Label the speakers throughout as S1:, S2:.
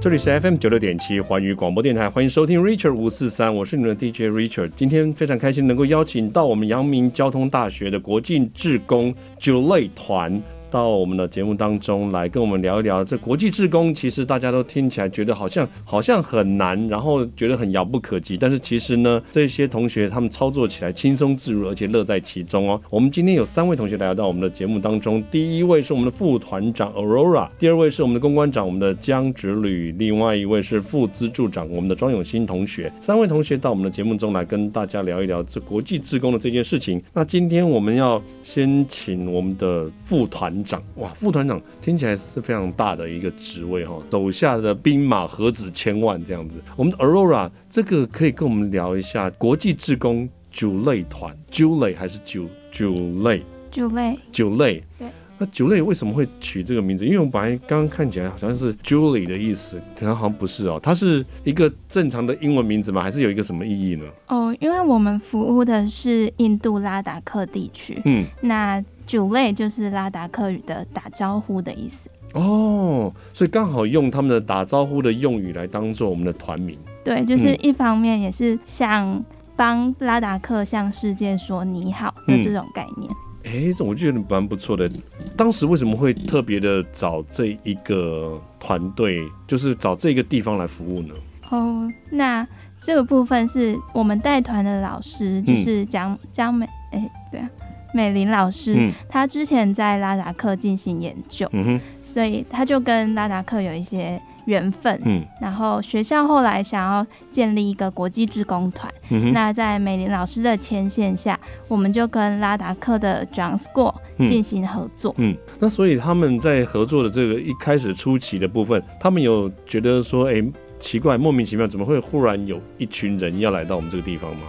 S1: 这里是 FM 九六点七环宇广播电台，欢迎收听 Richard 五四三，我是你们的 DJ Richard。今天非常开心能够邀请到我们阳明交通大学的国际志工 Julie 团到我们的节目当中来跟我们聊一聊。这国际志工其实大家都听起来觉得好像好像很难，然后觉得很遥不可及，但是其实呢，这些同学他们操作起来轻松自如，而且乐在其中哦。我们今天有三位同学来到我们的节目当中，第一位是我们的副团长 Aurora，第二位是我们的公关长我们的江直旅，另外一位是副资助长我们的庄永新同学。三位同学到我们的节目中来跟大家聊一聊这国际志工的这件事情。那今天我们要先请我们的副团长，哇，副团长听起来是非常大的一个职位哈、手下的兵马何止千万这样子。我们的 Aurora 这个可以跟我们聊一下国际志工九类团，九类还是九九类？
S2: 就累，
S1: 酒类
S2: 对。
S1: 那酒类为什么会取这个名字？因为我本来刚刚看起来好像是 Julie 的意思，可能好像不是哦。它是一个正常的英文名字吗？还是有一个什么意义呢？
S2: 哦，因为我们服务的是印度拉达克地区，
S1: 嗯，
S2: 那酒类就是拉达克语的打招呼的意思。
S1: 哦，所以刚好用他们的打招呼的用语来当做我们的团名。
S2: 对，就是
S1: 嗯
S2: 一方面也是想帮拉达克向世界说你好的
S1: 嗯
S2: 这种概念。
S1: 诶，这我觉得蛮不错的。当时为什么会特别的找这一个团队，就是找这个地方来服务呢？
S2: 哦，那这个部分是我们带团的老师，就是江江美，哎、对啊，美玲老师，
S1: 嗯
S2: 她之前在拉达克进行研究，
S1: 嗯哼，
S2: 所以她就跟拉达克有一些缘分。
S1: 嗯
S2: 然后学校后来想要建立一个国际志工团，
S1: 嗯哼，
S2: 那在美林老师的牵线下，我们就跟拉达克的 John School
S1: 嗯
S2: 进行合 作。
S1: 嗯，那所以他们在合作的这个一开始初期的部分，他们有觉得说，哎、奇怪，莫名其妙，怎么会忽然有一群人要来到我们这个地方吗？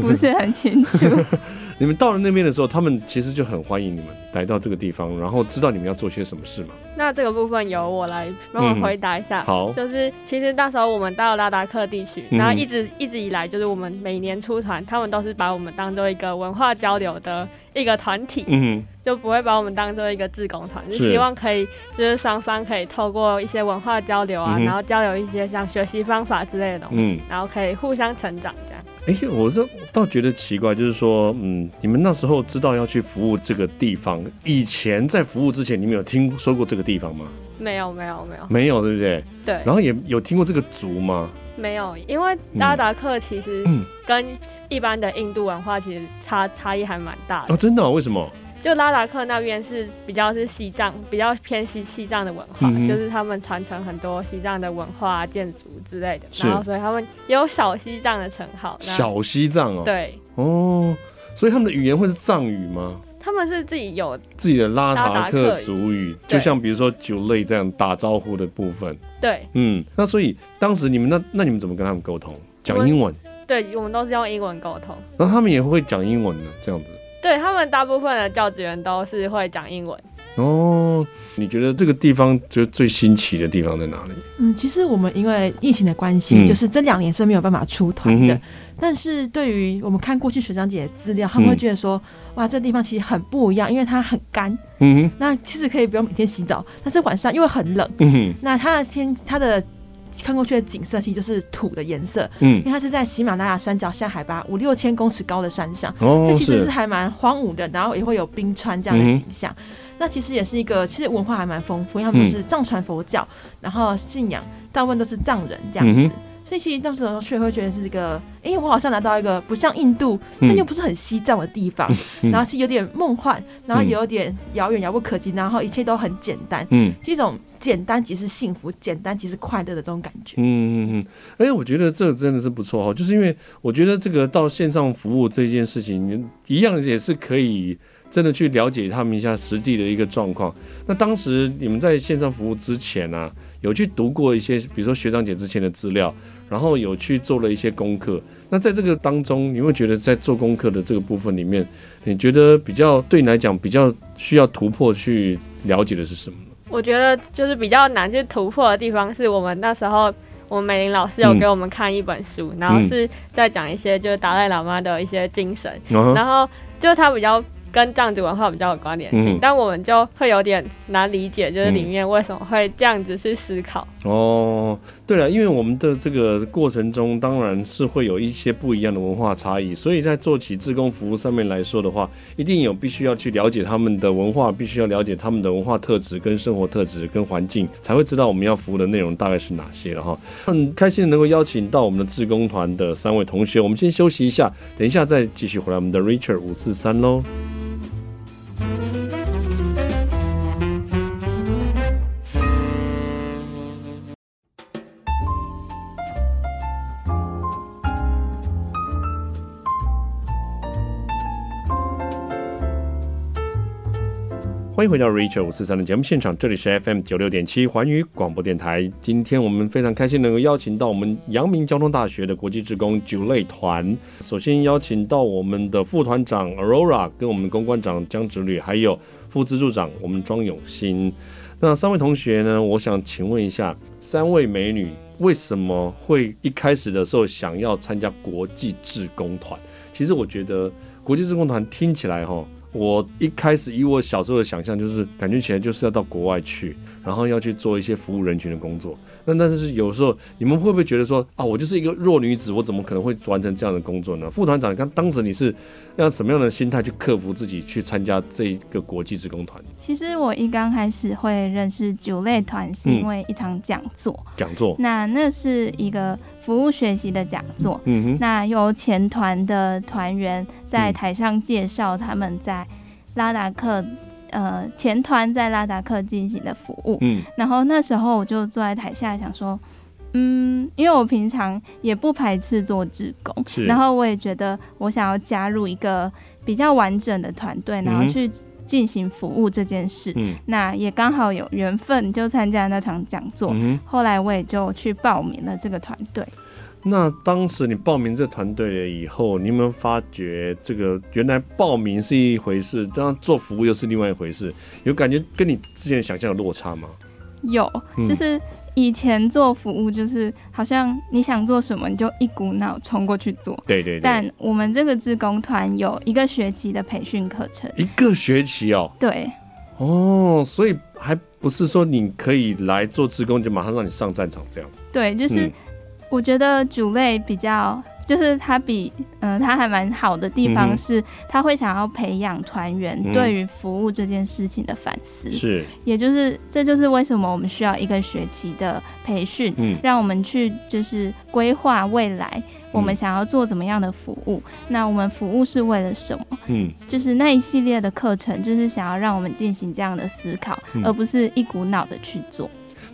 S2: 不是很清楚。
S1: 你们到了那边的时候，他们其实就很欢迎你们来到这个地方，然后知道你们要做些什么事嘛。
S3: 那这个部分由我来帮我回答一
S1: 嗯
S3: 下。
S1: 好，
S3: 啊就是其实那时候我们到拉达克地区，
S1: 嗯
S3: 然后一直一直以来就是我们每年出团，他们都是把我们当做一个文化交流的一个团体，
S1: 嗯
S3: 就不会把我们当做一个志工团，就是希望可以就是双方可以透过一些文化交流啊，
S1: 嗯哼
S3: 然后交流一些像学习方法之类的东西，
S1: 嗯，
S3: 然后可以互相成长这样。
S1: 哎、我这倒觉得奇怪，就是说，嗯，你们那时候知道要去服务这个地方，以前在服务之前，你们有听说过这个地方吗？
S3: 没有没有没有，
S1: 没有，对不对？
S3: 对，
S1: 然后也有听过这个族吗？
S3: 没有，因为拉达克其实
S1: 嗯
S3: 跟一般的印度文化其实差差异还蛮大的。
S1: 啊，真的哦、为什么？
S3: 就拉达克那边是比较是西藏，比较偏西西藏的文化，
S1: 嗯哼
S3: 就是他们传承很多西藏的文化、建筑之类的，
S1: 是
S3: 然后所以他们也有小西藏的称号。然后
S1: 小西藏哦。
S3: 对，
S1: 哦，所以他们的语言会是藏语吗？
S3: 他们是自己有
S1: 自己的拉
S3: 拉
S1: 达
S3: 达
S1: 克
S3: 克
S1: 族语，
S3: 对
S1: 就像比如说酒类这样打招呼的部分。
S3: 对
S1: 嗯，那所以当时你们那那你们怎么跟他们沟通？
S3: 我
S1: 讲
S3: 们
S1: 英文，
S3: 对，我们都是用英文沟通。
S1: 然后他们也会讲英文的这样子。
S3: 对他们大部分的教职员都是会讲英文，
S1: 哦，你觉得这个地方就是最新奇的地方在哪里？
S4: 嗯，其实我们因为疫情的关系，
S1: 嗯
S4: 就是这两年是没有办法出团的。
S1: 嗯哼
S4: 但是对于我们看过去学长姐的资料，他们会
S1: 嗯
S4: 觉得说，哇，这地方其实很不一样，因为它很干，
S1: 嗯哼，
S4: 那其实可以不用每天洗澡，但是晚上因为很冷，
S1: 嗯哼，
S4: 那它的天它的。看过去的景色其实就是土的颜色，因
S1: 嗯，
S4: 为它是在喜马拉雅山脚下海拔五六千公尺高的山上，
S1: 哦
S4: 它，其实是
S1: 是，
S4: 还蛮荒芜的，然后也会有冰川这样的
S1: 嗯哼
S4: 景象。那其实也是一个，其实文化还蛮丰富，因为他们
S1: 嗯
S4: 都是藏传佛教，然后信仰大部分都是藏人这样子。
S1: 嗯哼
S4: 所以其实当时的时候却会觉得是一个，哎、我好像拿到一个不像印度，
S1: 嗯
S4: 但又不是很西藏的地方，
S1: 嗯
S4: 然后是有点梦幻，然后
S1: 嗯
S4: 也有点遥远、遥不可及，然后一切都很简单，
S1: 嗯。
S4: 是一种简单即是幸福，简单即是快乐的这种感觉。
S1: 嗯嗯嗯，哎、我觉得这真的是不错哦，就是因为我觉得这个到线上服务这件事情，你一样也是可以真的去了解他们一下实际的一个状况。那当时你们在线上服务之前啊，有去读过一些，比如说学长姐之前的资料，然后有去做了一些功课。那在这个当中，你会觉得在做功课的这个部分里面，你觉得比较对你来讲比较需要突破去了解的是什么？
S3: 我觉得就是比较难去突破的地方，是我们那时候我们美玲老师
S1: 嗯
S3: 有给我们看一本书，然后是在讲一些就是达赖喇嘛的一些精神，
S1: 啊
S3: 然后就它比较跟藏族文化比较有关联性，
S1: 嗯
S3: 但我们就会有点难理解，就是里面为什么会这样子去思考。
S1: 哦，对了，因为我们的这个过程中，当然是会有一些不一样的文化差异，所以在做起志工服务上面来说的话，一定有必须要去了解他们的文化，必须要了解他们的文化特质、跟生活特质、跟环境，才会知道我们要服务的内容大概是哪些了哈。很开心能够邀请到我们的志工团的三位同学，我们先休息一下，等一下再继续回来我们的 Richard 五四三喽。欢迎回到 Rachel 五四三的节目现场，这里是 FM 九六点七环宇广播电台。今天我们非常开心能够邀请到我们阳明交通大学的国际职工九类团。首先邀请到我们的副团长 Aurora，跟我们公关长江直吕，还有副资助长我们庄永新。那三位同学呢？我想请问一下，三位美女为什么会一开始的时候想要参加国际志工团？其实我觉得国际志工团听起来哈。我一开始以我小时候的想象，就是感觉起来就是要到国外去，然后要去做一些服务人群的工作。那但是有时候你们会不会觉得说啊，我就是一个弱女子，我怎么可能会完成这样的工作呢？副团长，刚当时你是要什么样的心态去克服自己去参加这一个国际职工团
S2: 其实我一刚开始会认识九类团，是因为一场讲座。
S1: 讲座？
S2: 那那是一个服务学习的讲座，
S1: 嗯哼，
S2: 那由前团的团员在台上介绍他们在拉达克，呃，前团在拉达克进行的服务。
S1: 嗯
S2: 然后那时候我就坐在台下想说，嗯，因为我平常也不排斥做志工，
S1: 是
S2: 然后我也觉得我想要加入一个比较完整的团队，然后
S1: 嗯哼
S2: 去进行服务这件事。
S1: 嗯
S2: 那也刚好有缘分，就参加那场讲座。
S1: 嗯哼。
S2: 后来我也就去报名了这个团队。
S1: 那当时你报名这团队了以后，你有没有发觉这个原来报名是一回事，当然做服务又是另外一回事？有感觉跟你之前想象有落差吗？
S2: 有，
S1: 嗯
S2: 就是以前做服务，就是好像你想做什么，你就一股脑冲过去做。
S1: 对对对。
S2: 但我们这个志工团有一个学期的培训课程，
S1: 一个学期哦，
S2: 对，
S1: 哦，所以还不是说你可以来做志工就马上让你上战场这样，
S2: 对，就是
S1: 嗯
S2: 我觉得主类比较，就是它比嗯、呃，它还蛮好的地
S1: 嗯
S2: 方
S1: 哼
S2: 是，它会想要培养团员
S1: 嗯
S2: 对于服务这件事情的反思，
S1: 是，
S2: 也就是这就是为什么我们需要一个学期的培训，
S1: 嗯
S2: 让我们去就是规划未来我们
S1: 嗯
S2: 想要做怎么样的服务，那我们服务是为了什么？
S1: 嗯
S2: 就是那一系列的课程，就是想要让我们进行这样的思考，
S1: 嗯
S2: 而不是一股脑的去做。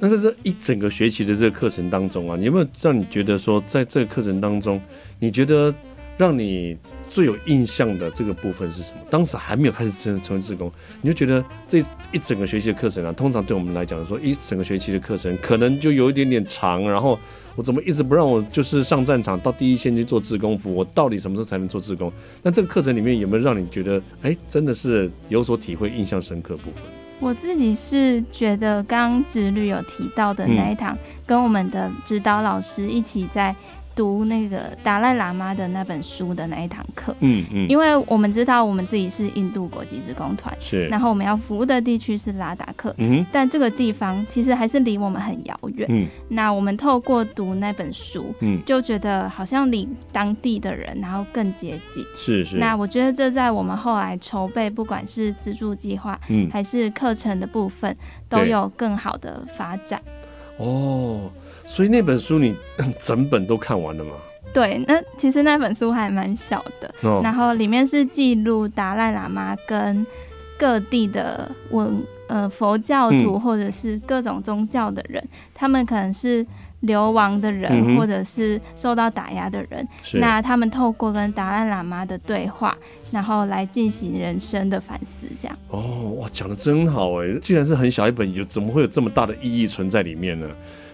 S1: 那在这一整个学期的这个课程当中啊，你有没有让你觉得说，在这个课程当中，你觉得让你最有印象的这个部分是什么？当时还没有开始真的成为志工，你就觉得这一整个学期的课程啊，通常对我们来讲说，一整个学期的课程可能就有一点点长，然后我怎么一直不让我就是上战场到第一线去做志工服务？我到底什么时候才能做志工？那这个课程里面有没有让你觉得，哎，真的是有所体会、印象深刻的部分？
S2: 我自己是觉得刚刚直律有提到的
S1: 嗯
S2: 那一堂，跟我们的指导老师一起在读那个达赖喇嘛的那本书的那一堂课，
S1: 嗯嗯
S2: 因为我们知道我们自己是印度国际职工团，
S1: 是，
S2: 然后我们要服务的地区是拉达克。
S1: 嗯哼
S2: 但这个地方其实还是离我们很遥远。
S1: 嗯
S2: 那我们透过读那本书，
S1: 嗯，
S2: 就觉得好像离当地的人，然后更接近。
S1: 是是，
S2: 那我觉得这在我们后来筹备，不管是资助计划
S1: 嗯。
S2: 还是课程的部分，都
S1: 对
S2: 有更好的发展。
S1: 哦，所以那本书你 整本都看完了吗？
S2: 对，那其实那本书还蛮小的，
S1: 哦，
S2: 然后里面是记录达赖喇嘛跟各地的文呃佛教
S1: 嗯
S2: 徒或者是各种宗教的人，他们可能是流亡的人，
S1: 嗯哼
S2: 或者是受到打压的人，
S1: 是
S2: 那他们透过跟达赖喇嘛的对话，然后来进行人生的反思，这样。
S1: 哦，哇，讲的真好哎！既然是很小一本，有怎么会有这么大的意义存在里面呢？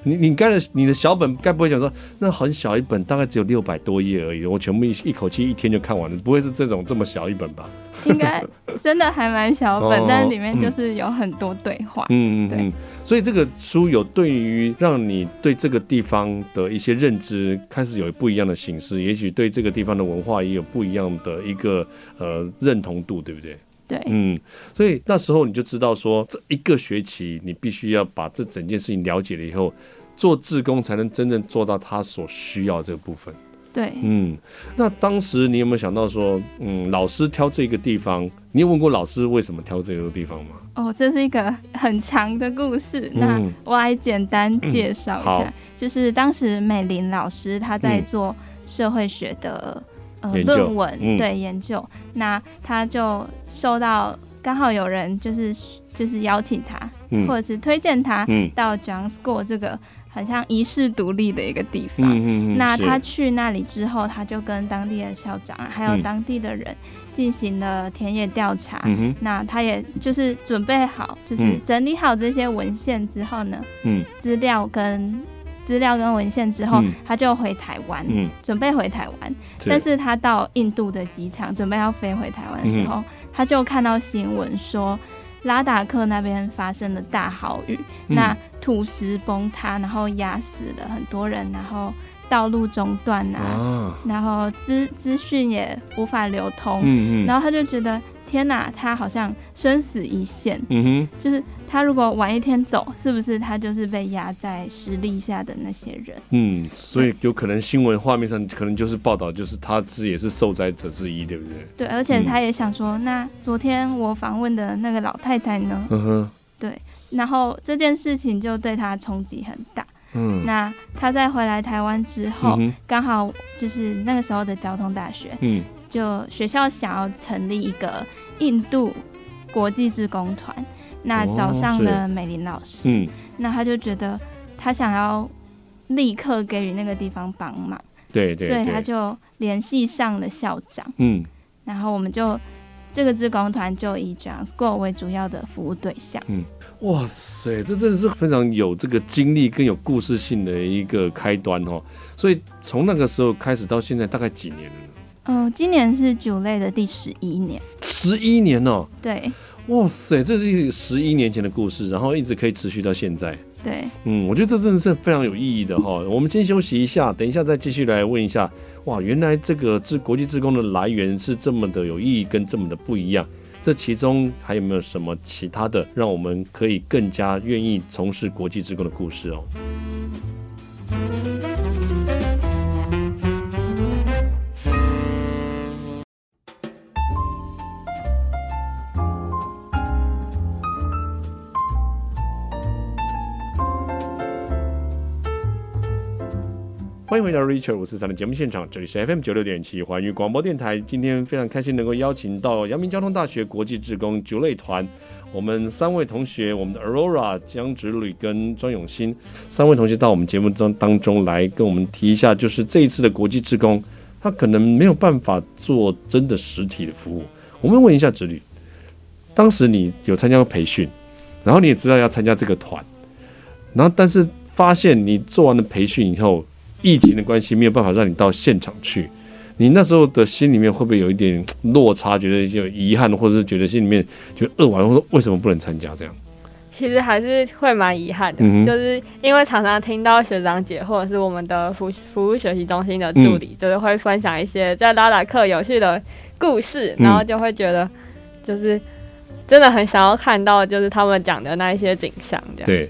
S1: 你你该的你的小本该不会想说，那很小一本，大概只有六百多页而已，我全部一一口气一天就看完了，不会是这种这么小一本吧？
S2: 应该真的还蛮小本，
S1: 哦
S2: 但里面就是有很多对话。
S1: 嗯嗯
S2: 对
S1: 嗯。所以这个书有对于让你对这个地方的一些认知开始有不一样的形式，也许对这个地方的文化也有不一样的一个呃认同度，对不对？
S2: 对，
S1: 嗯，所以那时候你就知道说，这一个学期你必须要把这整件事情了解了以后，做志工才能真正做到他所需要这个部分。
S2: 对，
S1: 嗯，那当时你有没有想到说，嗯，老师挑这个地方，你有问过老师为什么挑这个地方吗？
S2: 哦，这是一个 很长的故事，那
S1: 嗯
S2: 我来简单介绍一
S1: 好
S2: 下，就是当时美玲老师她在
S1: 嗯
S2: 做社会学的、呃
S1: 研究
S2: 论文，
S1: 嗯
S2: 对研究，那她就受到刚好有人就是就是邀请她，
S1: 嗯
S2: 或者是推荐她
S1: 嗯
S2: 到 John School 这个很像遗世独立的一个地方，
S1: 嗯嗯
S2: 那
S1: 是
S2: 他去那里之后，他就跟当地的校长啊还有
S1: 嗯
S2: 当地的人进行了田野调查。
S1: 嗯哼
S2: 那他也就是准备好，就是
S1: 嗯
S2: 整理好这些文献之后呢，
S1: 嗯
S2: 资料跟资料跟文献之后，
S1: 嗯
S2: 他就回台湾，
S1: 嗯，
S2: 准备回台湾。但是他到印度的机场准备要飞回台湾的时候，
S1: 嗯
S2: 他就看到新闻说拉达克那边发生了大豪雨，
S1: 嗯
S2: 那土石崩塌，然后压死了很多人，然后道路中断啊，
S1: 啊，
S2: 然后资资讯也无法流通，
S1: 嗯嗯，
S2: 然后他就觉得天哪，他好像生死一线，
S1: 嗯哼
S2: 就是他如果晚一天走，是不是他就是被压在实力下的那些人？
S1: 嗯，所以有可能新闻画面上可能就是报道，就是他是也是受灾者之一，对不对？
S2: 对，而且
S1: 嗯
S2: 他也想说，那昨天我访问的那个老太太呢？
S1: 嗯哼，
S2: 然后这件事情就对他冲击很大。
S1: 嗯，
S2: 那他在回来台湾之
S1: 嗯
S2: 后，
S1: 哼
S2: 刚好就是那个时候的交通大学，
S1: 嗯
S2: 就学校想要成立一个印度国际志工团，那
S1: 哦
S2: 找上
S1: 是
S2: 了美玲老师，
S1: 嗯，
S2: 那他就觉得他想要立刻给予那个地方帮忙，
S1: 对对，
S2: 所以
S1: 对
S2: 他就联系上了校长，
S1: 嗯
S2: 然后我们就这个志工团就以 John School 为主要的服务对象。
S1: 哇塞，这真的是非常有这个经历跟有故事性的一个开端哦。所以从那个时候开始到现在，大概几年了呢？
S2: 嗯，今年是九类的第十一年，
S1: 十一年哦，
S2: 对
S1: 哇塞，这是十一年前的故事，然后一直可以持续到现在。
S2: 对，
S1: 嗯，我觉得这真的是非常有意义的哈。我们先休息一下，等一下再继续来问一下。哇，原来这个志国际志工的来源是这么的有意义，跟这么的不一样。这其中还有没有什么其他的，让我们可以更加愿意从事国际志工的故事哦？欢迎回到 Richard 五四三的节目现场，这里是 FM 九六点七环宇广播电台。今天非常开心能够邀请到阳明交通大学国际志工九类团，我们三位同学，我们的 Aurora、江直吕跟庄永新三位同学到我们节目当当中来跟我们提一下，就是这一次的国际志工，他可能没有办法做真的实体的服务。我们问一下直吕，当时你有参加过培训，然后你也知道要参加这个团，然后但是发现你做完了培训以后。疫情的关系没有办法让你到现场去，你那时候的心里面会不会有一点嘖落差，觉得有遗憾，或者是觉得心里面觉得扼腕，或者说为什么不能参加这样？
S3: 其实还是会蛮遗憾的，
S1: 嗯哼
S3: 就是因为常常听到学长姐或者是我们的服服务学习中心的助
S1: 嗯
S3: 理，就是会分享一些在拉达克有趣的故事，
S1: 嗯
S3: 然后就会觉得就是真的很想要看到就是他们讲的那一些景象这样。
S1: 对，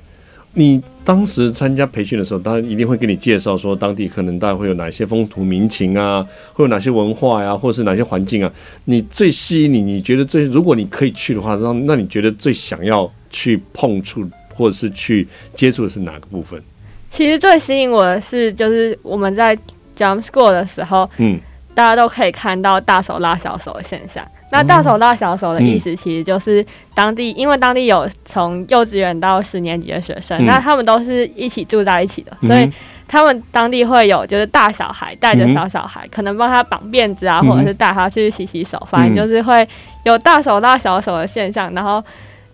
S1: 你当时参加培训的时候，当然一定会跟你介绍说当地可能大概会有哪些风土民情啊，会有哪些文化呀、或者是哪些环境啊。你最吸引你，你觉得最如果你可以去的话，那那你觉得最想要去碰触或者是去接触的是哪个部分？
S3: 其实最吸引我的是，就是我们在 Jump School 的时候，
S1: 嗯
S3: 大家都可以看到大手拉小手的现象。
S1: 哦
S3: 那大手拉小手的意
S1: 嗯
S3: 思，其实就是当地，因为当地有从幼稚园到十年级的学生，
S1: 嗯
S3: 那他们都是一起住在一起的，
S1: 嗯哼
S3: 所以他们当地会有就是大小孩带着
S1: 嗯哼
S3: 小小孩，可能帮他绑辫子啊，
S1: 嗯哼嗯
S3: 或者是带他去洗洗手，反正就是会有大手拉小手的现象，然后。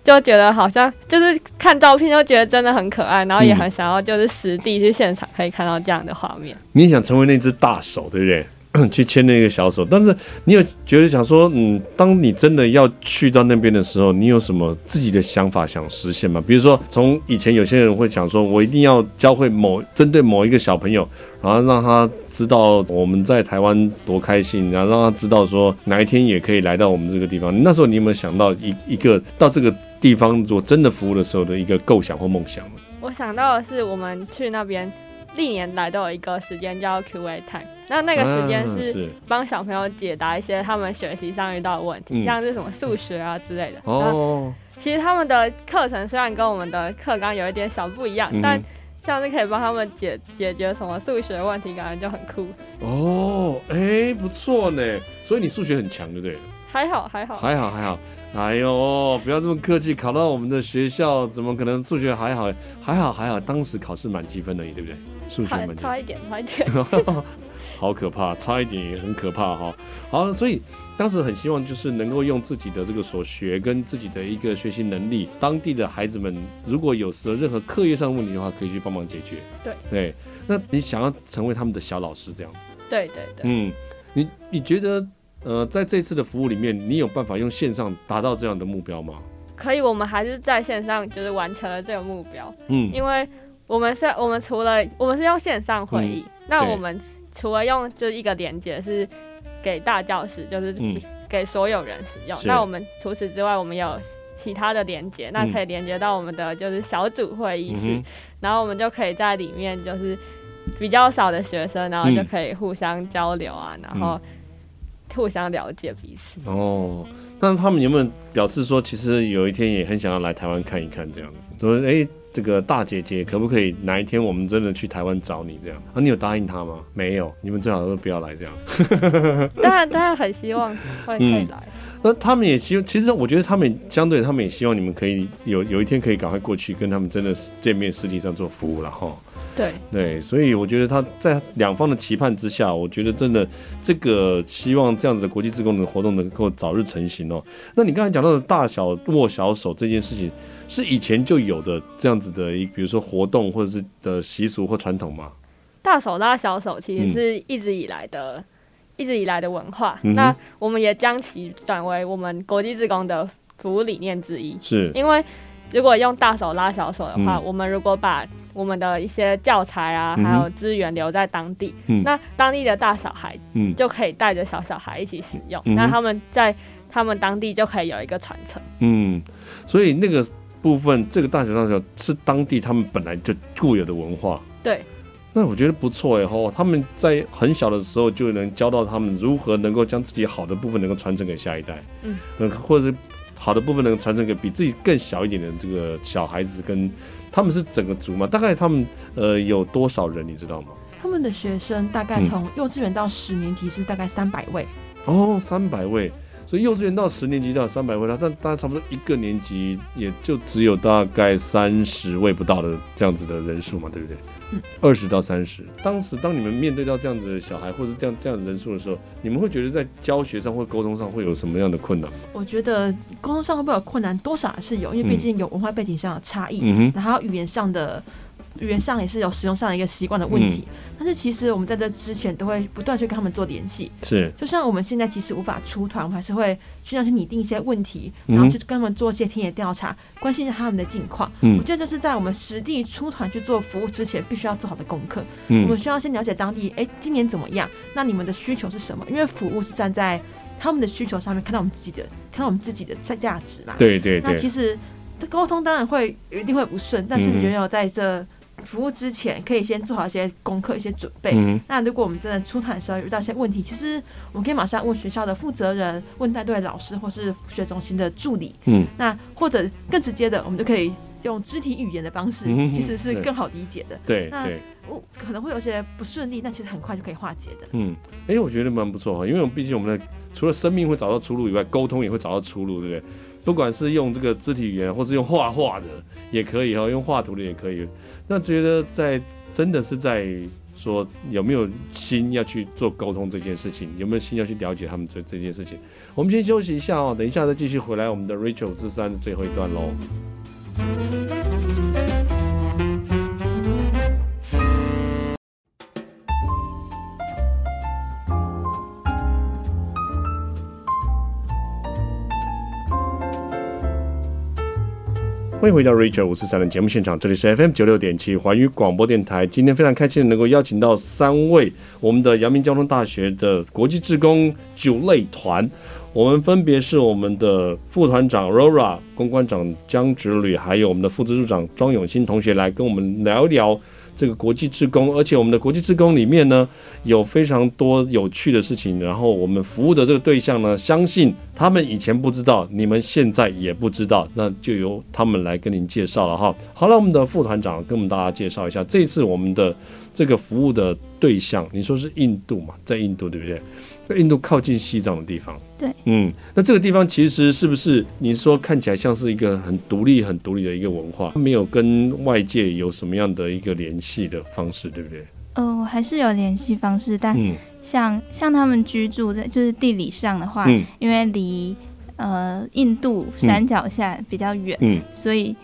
S3: 就觉得好像就是看照片就觉得真的很可爱，然后也
S1: 嗯
S3: 很想要就是实地去现场可以看到这样的画面。
S1: 你想成为那只大手，对 不对？去牵那个小手，但是你有觉得想说，嗯，当你真的要去到那边的时候，你有什么自己的想法想实现吗？比如说，从以前有些人会讲说，我一定要教会某针对某一个小朋友，然后让他知道我们在台湾多开心，然后让他知道说哪一天也可以来到我们这个地方。那时候你有没有想到一一个到这个地方，如果真的服务的时候的一个构想或梦想呢？
S3: 我想到的是，我们去那边历年来都有一个时间叫 Q&A time，那那个时间
S1: 啊
S3: 是帮小朋友解答一些他们学习上遇到的问题，
S1: 嗯
S3: 像是什么数学啊之类的。那
S1: 哦，
S3: 其实他们的课程虽然跟我们的课纲有一点小不一样，
S1: 嗯
S3: 但这样子可以帮他们解解决什么数学问题，感觉就很酷。
S1: 哦，哎，不错呢。所以你数学很强，就对了。
S3: 还好还好，
S1: 还好还好，哎呦，不要这么客气，考到我们的学校，怎么可能数学还好？还好还好，当时考试满积分而已，对不对？数学
S3: 差
S1: 满积
S3: 差一点差一点。
S1: 分， 好可怕，差一点也很可怕哈、好，所以当时很希望就是能够用自己的这个所学跟自己的一个学习能力，当地的孩子们如果有时候任何课业上的问题的话，可以去帮忙解决。
S3: 对
S1: 对，那你想要成为他们的小老师这样子。
S3: 对对对，
S1: 嗯，你你觉得呃，在这次的服务里面，你有办法用线上达到这样的目标吗？
S3: 可以，我们还是在线上就是完成了这个目标。
S1: 嗯，
S3: 因为我们是，我们除了我们是用线上会议，那
S1: 嗯对
S3: 我们除了用就是一个连接是给大教室，就是
S1: 嗯
S3: 给所有人使用。
S1: 是
S3: 那我们除此之外，我们有其他的连接，那
S1: 嗯
S3: 可以连接到我们的就是小组会议室，
S1: 嗯哼
S3: 然后我们就可以在里面就是比较少的学生，然后
S1: 嗯
S3: 就可以互相交流啊，然后互相了解彼此。
S1: 哦，那他们有没有表示说，其实有一天也很想要来台湾看一看这样子？说哎、诶这个大姐姐可不可以哪一天我们真的去台湾找你这样？啊，你有答应他吗？没有，你们最好都不要来这样。
S3: 当然，当然很希望会可以
S1: 嗯
S3: 来。
S1: 那他们也希望，其实我觉得他们相对，他们也希望你们可以有有一天可以赶快过去跟他们真的见面，实体上做服务了哈。
S3: 对，
S1: 对，所以我觉得他在两方的期盼之下，我觉得真的这个希望这样子的国际志工的活动能够早日成型哦。那你刚才讲到的大小握小手这件事情，是以前就有的这样子的一，比如说活动或者是的习俗或传统吗？
S3: 大手拉小手其
S1: 嗯
S3: 实是一直以来的、一直以来的文化。
S1: 嗯哼
S3: 那我们也将其转为我们国际职工的服务理念之一。
S1: 是，
S3: 因为如果用大手拉小手的话，
S1: 嗯
S3: 我们如果把我们的一些教材啊，
S1: 嗯哼
S3: 还有资源留在当地，
S1: 嗯
S3: 那当地的大小孩
S1: 嗯
S3: 就可以带着小小孩一起使用，
S1: 嗯哼
S3: 那他们在他们当地就可以有一个传承。
S1: 嗯，所以那个部分，这个大小大小是当地他们本来就固有的文化。
S3: 对，
S1: 那我觉得不错哎吼，他们在很小的时候就能教到他们如何能够将自己好的部分能够传承给下一代，
S3: 嗯
S1: 呃，或者是好的部分能够传承给比自己更小一点的这个小孩子跟。他们是整个族嘛？大概他们呃有多少人你知道吗？
S4: 他们的学生大概
S1: 嗯
S4: 从幼稚园到十年级是大概三百位，
S1: 哦，三百位，所以幼稚园到十年级到三百位了，但大家差不多一个年级也就只有大概三十位不到的这样子的人数嘛，对不对
S4: 嗯？
S1: 二十到三十，当时当你们面对到这样子的小孩或者是这样这样的人数的时候，你们会觉得在教学上或沟通上会有什么样的困难吗？
S4: 我觉得沟通上会不会有困难，多少还是有，因为毕竟有文化背景上的差异，
S1: 嗯哼，
S4: 然后语言上的语言上也是有使用上的一个习惯的问题。
S1: 嗯
S4: 但是其实我们在这之前都会不断去跟他们做联系，
S1: 是，
S4: 就像我们现在即使无法出团，我们还是会尽量去拟定一些问题，
S1: 嗯
S4: 然后去跟他们做一些田野调查，关心一下他们的近况。
S1: 嗯
S4: 我觉得这是在我们实地出团去做服务之前必须要做好的功课。我
S1: 嗯
S4: 们需要先了解当地，哎，今年怎么样？那你们的需求是什么？因为服务是站在他们的需求上面，看到我们自己的，看到我们自己的在价值嘛。。
S1: 对对
S4: 那其
S1: 对，
S4: 实这沟通当然会一定会不顺，但是
S1: 嗯
S4: 你有在这服务之前，可以先做好一些功课、一些准备。
S1: 嗯
S4: 那如果我们真的出团的时候遇到一些问题，其实我们可以马上问学校的负责人、问带队老师或是学中心的助理。
S1: 嗯
S4: 那或者更直接的，我们就可以用肢体语言的方式
S1: 嗯，
S4: 其实是
S1: 对
S4: 更好理解的。
S1: 对
S4: 那
S1: 对，
S4: 我可能会有些不顺利，但其实很快就可以化解的。
S1: 嗯，哎，我觉得蛮不错哈，因为我们毕竟我们的除了生命会找到出路以外，沟通也会找到出路，对不对？不管是用这个肢体语言，或是用画画的也可以哈，用画图的也可以。那觉得在真的是在说有没有心要去做沟通这件事情，有没有心要去了解他们这这件事情？我们先休息一下哦，等一下再继续回来我们的 Rachel 之三的最后一段喽。欢迎回到 Richard 五四三的节目现场，这里是 FM 九六点七环宇广播电台。今天非常开心地能够邀请到三位我们的阳明交通大学的国际志工九类团，我们分别是我们的副团长 Rora、公关长江直旅，还有我们的副支助长庄永新同学来跟我们聊一聊这个国际志工。而且我们的国际志工里面呢，有非常多有趣的事情，然后我们服务的这个对象呢，相信他们以前不知道，你们现在也不知道，那就由他们来跟您介绍了哈。好了，我们的副团长跟我们大家介绍一下，这次我们的这个服务的对象，你说是印度嘛，在印度对不对？在印度靠近西藏的地方，
S2: 对，
S1: 嗯，那这个地方其实是不是你说看起来像是一个很独立、很独立的一个文化，没有跟外界有什么样的一个联系的方式，对不对？
S2: 呃，我还是有联系方式，但
S1: 嗯
S2: 像像他们居住在就是地理上的话，
S1: 嗯
S2: 因为离呃印度山脚下比较远，
S1: 嗯。
S2: 所以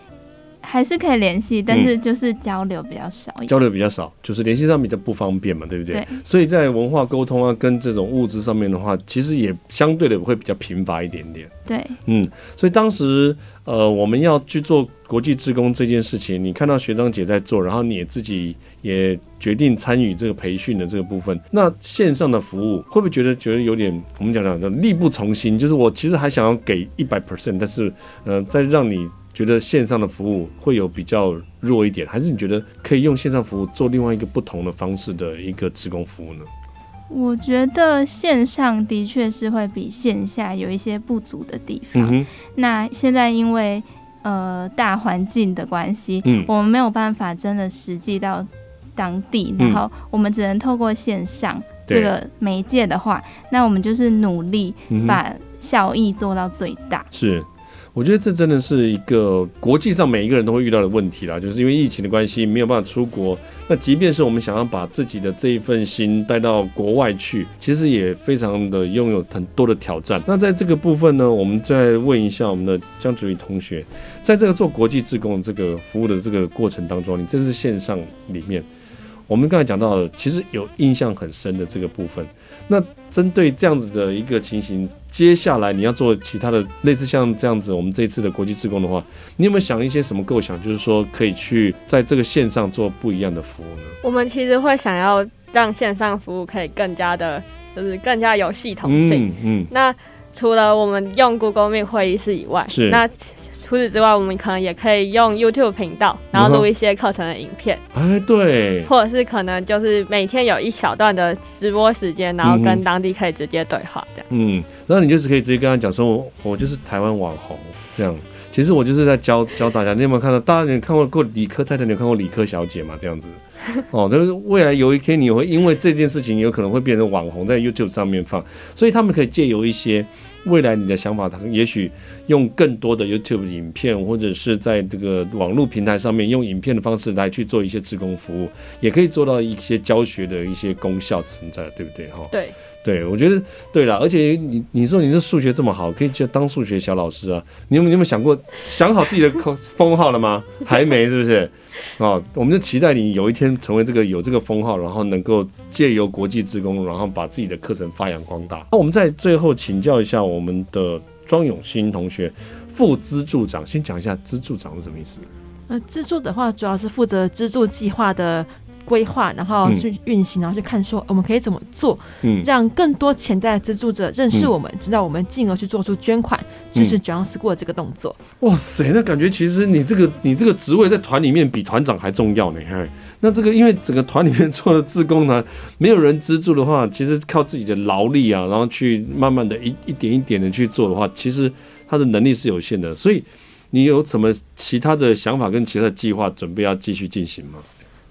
S2: 还是可以联系，但是就是交流比较少一点。
S1: 交流比较少，就是联系上比较不方便嘛，对不对？
S2: 对
S1: 所以在文化沟通啊，跟这种物资上面的话，其实也相对的会比较贫乏一点点。
S2: 对，
S1: 嗯，所以当时呃，我们要去做国际志工这件事情，你看到学长姐在做，然后你也自己也决定参与这个培训的这个部分。那线上的服务会不会觉得觉得有点我们讲讲的力不从心？就是我其实还想要给一百 percent，但是呃，再让你觉得线上的服务会有比较弱一点，还是你觉得可以用线上服务做另外一个不同的方式的一个志工服务呢？
S2: 我觉得线上的确是会比线下有一些不足的地方。
S1: 嗯哼，
S2: 那现在因为呃大环境的关系，
S1: 嗯
S2: 我们没有办法真的实际到当地，
S1: 嗯
S2: 然后我们只能透过线上
S1: 对
S2: 这个媒介的话，那我们就是努力
S1: 嗯哼
S2: 把效益做到最大。
S1: 是，我觉得这真的是一个国际上每一个人都会遇到的问题啦，就是因为疫情的关系没有办法出国。那即便是我们想要把自己的这一份心带到国外去，其实也非常的拥有很多的挑战。那在这个部分呢，我们再问一下我们的江主宇同学，在这个做国际志工这个服务的这个过程当中，你这是线上里面。我们刚才讲到了，其实有印象很深的这个部分。那针对这样子的一个情形，接下来你要做其他的类似像这样子，我们这一次的国际志工的话，你有没有想一些什么构想？就是说可以去在这个线上做不一样的服务呢？
S3: 我们其实会想要让线上服务可以更加的，就是更加有系统性。
S1: 嗯
S3: 那除了我们用 Google Meet 会议室以外，
S1: 是
S3: 那除此之外，我们可能也可以用 YouTube 频道，
S1: 嗯
S3: 然后
S1: 哼
S3: 录一些课程的影片，
S1: 嗯，哎，对，
S3: 或者是可能就是每天有一小段的直播时间，然后
S1: 嗯
S3: 跟
S1: 哼
S3: 当地可以直接对话这样。
S1: 嗯，然后你就是可以直接跟他讲说，我我就是台湾网红这样。其实我就是在教 教大家，你有没有看到？大家有看过过理科太太，你有看过理科小姐吗？这 样子，哦，就是未来有一天你会因为这件事情，有可能会变成网红，在 YouTube 上面放，所以他们可以借由一些未来你的想法，他也许用更多的 YouTube 影片，或者是在这个网络平台上面用影片的方式来去做一些志工服务，也可以做到一些教学的一些功效存在，对不对？哈、
S3: 对，
S1: 对，我觉得对了，而且你你说你是数学这么好，可以去当数学小老师啊？你有没有你有没有想过想好自己的口封号了吗？还没，是不是？哦，我们就期待你有一天成为这个有这个封号，然后能够借由国际职工，然后把自己的课程发扬光大。那我们在最后请教一下我们的庄永新同学，副资助长，先讲一下资助长是什么意思？
S4: 呃，资助的话主要是负责资助计划的规划，然后
S1: 嗯
S4: 去运行，然后去看说呃我们可以怎么做，
S1: 嗯
S4: 让更多潜在的资助者认识
S1: 嗯
S4: 我们，知道我们，进而去做出捐款支持 John School 这个动作。
S1: 哇塞，那感觉其实你这个你这个职位在团里面比团长还重要呢。嘿，那这个因为整个团里面做的志工呢，没有人资助的话，其实靠自己的劳力啊，然后去慢慢的一一点一点的去做的话，其实他的能力是有限的。所以你有什么其他的想法跟其他的计划准备要继续进行吗？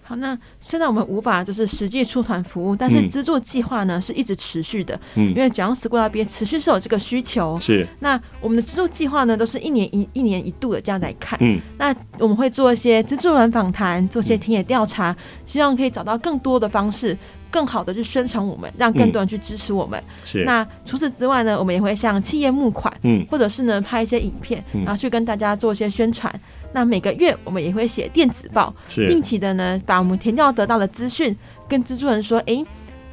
S4: 好，那现在我们无法就是实际出团服务，但是
S1: 嗯
S4: 资助计划呢是一直持续的，
S1: 嗯
S4: 因，为 John School 那边持续是有这个需求。
S1: 是，
S4: 那我们的资助计划呢，都是一年一一年一度的这样来看。
S1: 嗯
S4: 那我们会做一些资助人访谈，做一些田野调查，希望可以找到更多的方式，更好的去宣传我们，让更多人去支持我们。
S1: 是，
S4: 那除此之外呢，我们也会向企业募款，
S1: 嗯
S4: 或者是呢拍一些影片，
S1: 嗯
S4: 然后去跟大家做一些宣传。那每个月我们也会写电子报，定
S1: 是，
S4: 期的呢把我们填掉得到的资讯跟资助人说，诶，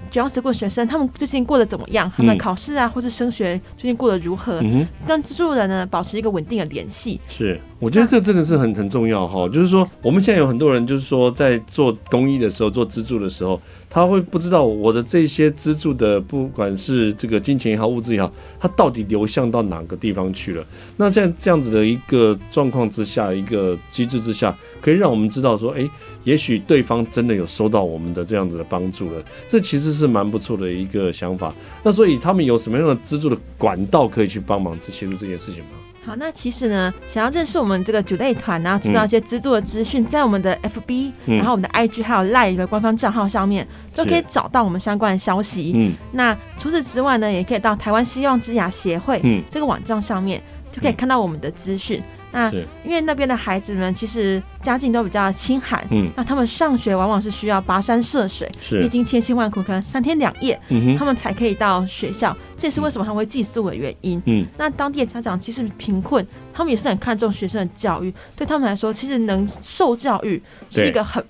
S4: 主要是过学生他们最近过得怎么样？他们
S1: 嗯
S4: 的考试啊，或是升学最近过得如何？
S1: 嗯哼，
S4: 让资助人呢保持一个稳定的联系。
S1: 是，我觉得这真的是很很重要哈，就是说我们现在有很多人就是说在做公益的时候，做资助的时候，他会不知道我的这些资助的，不管是这个金钱也好，物质也好，它到底流向到哪个地方去了。那在这样子的一个状况之下，一个机制之下，可以让我们知道说，诶，也许对方真的有收到我们的这样子的帮助了，这其实是蛮不错的一个想法。那所以他们有什么样的资助的管道可以去帮忙这协助这件事情吗？
S4: 好，那其实呢，想要认识我们这个酒类团，然后知道一些资助的资讯，在我们的 FB，、
S1: 嗯
S4: 然后我们的 IG 还有 LINE 的官方账号上面，都
S1: 是
S4: 可以找到我们相关的消息。
S1: 嗯
S4: 那除此之外呢，也可以到台湾希望之牙协会
S1: 嗯，
S4: 这个网站上面，就可以看到我们的资讯。那
S1: 是
S4: 因为那边的孩子们其实家境都比较清寒，
S1: 嗯
S4: 那他们上学往往是需要跋山涉水，历
S1: 是
S4: 经千辛万苦，可能三天两夜，
S1: 嗯
S4: 他
S1: 哼
S4: 们才可以到学校。这也是为什么他们会寄宿的原因。
S1: 嗯
S4: 那当地的家长其实贫困，他们也是很看重学生的教育。对他们来说，其实能受教育是一个很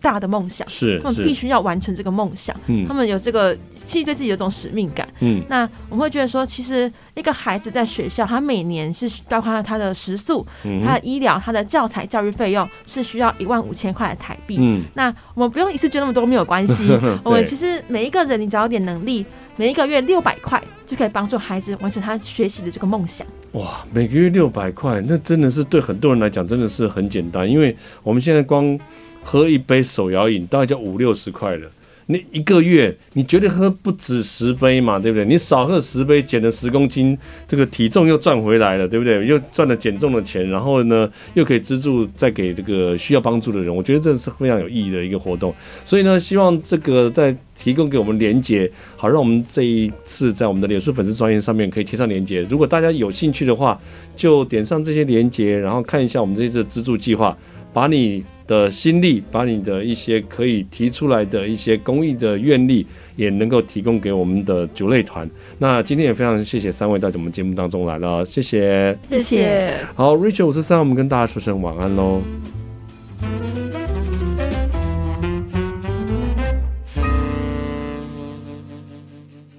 S4: 大的梦想，
S1: 是
S4: 他们必
S1: 是
S4: 须要完成这个梦想。
S1: 嗯
S4: 他们有这个，其实对自己有种使命感。
S1: 嗯
S4: 那我们会觉得说，其实一个孩子在学校，他每年是包括他的食宿、
S1: 嗯
S4: 他的医疗、他的教材、教育费用是需要一万五千块的台币。
S1: 嗯
S4: 那我们不用一次捐那么多没有关系，我们其实每一个人你只要有点能力，每一个月六百块就可以帮助孩子完成他学习的这个梦想。
S1: 哇，每个月六百块，那真的是对很多人来讲真的是很简单，因为我们现在光喝一杯手摇饮大概就五六十块了。你一个月，你绝对喝不止十杯嘛，对不对？你少喝十杯，减了十公斤，这个体重又赚回来了，对不对？又赚了减重的钱，然后呢，又可以资助再给这个需要帮助的人。我觉得这是非常有意义的一个活动。所以呢，希望这个在提供给我们连接，好，让我们这一次在我们的脸书粉丝专页上面可以贴上连接。如果大家有兴趣的话，就点上这些连接，然后看一下我们这次的资助计划，把你的心力，把你的一些可以提出来的一些公益的愿力，也能够提供给我们的酒类团。那今天也非常谢谢三位到我们节目当中来了，谢谢。
S3: 谢
S4: 谢谢
S3: 谢。
S1: 好，Rachel 五十三，我们跟大家说声晚安喽。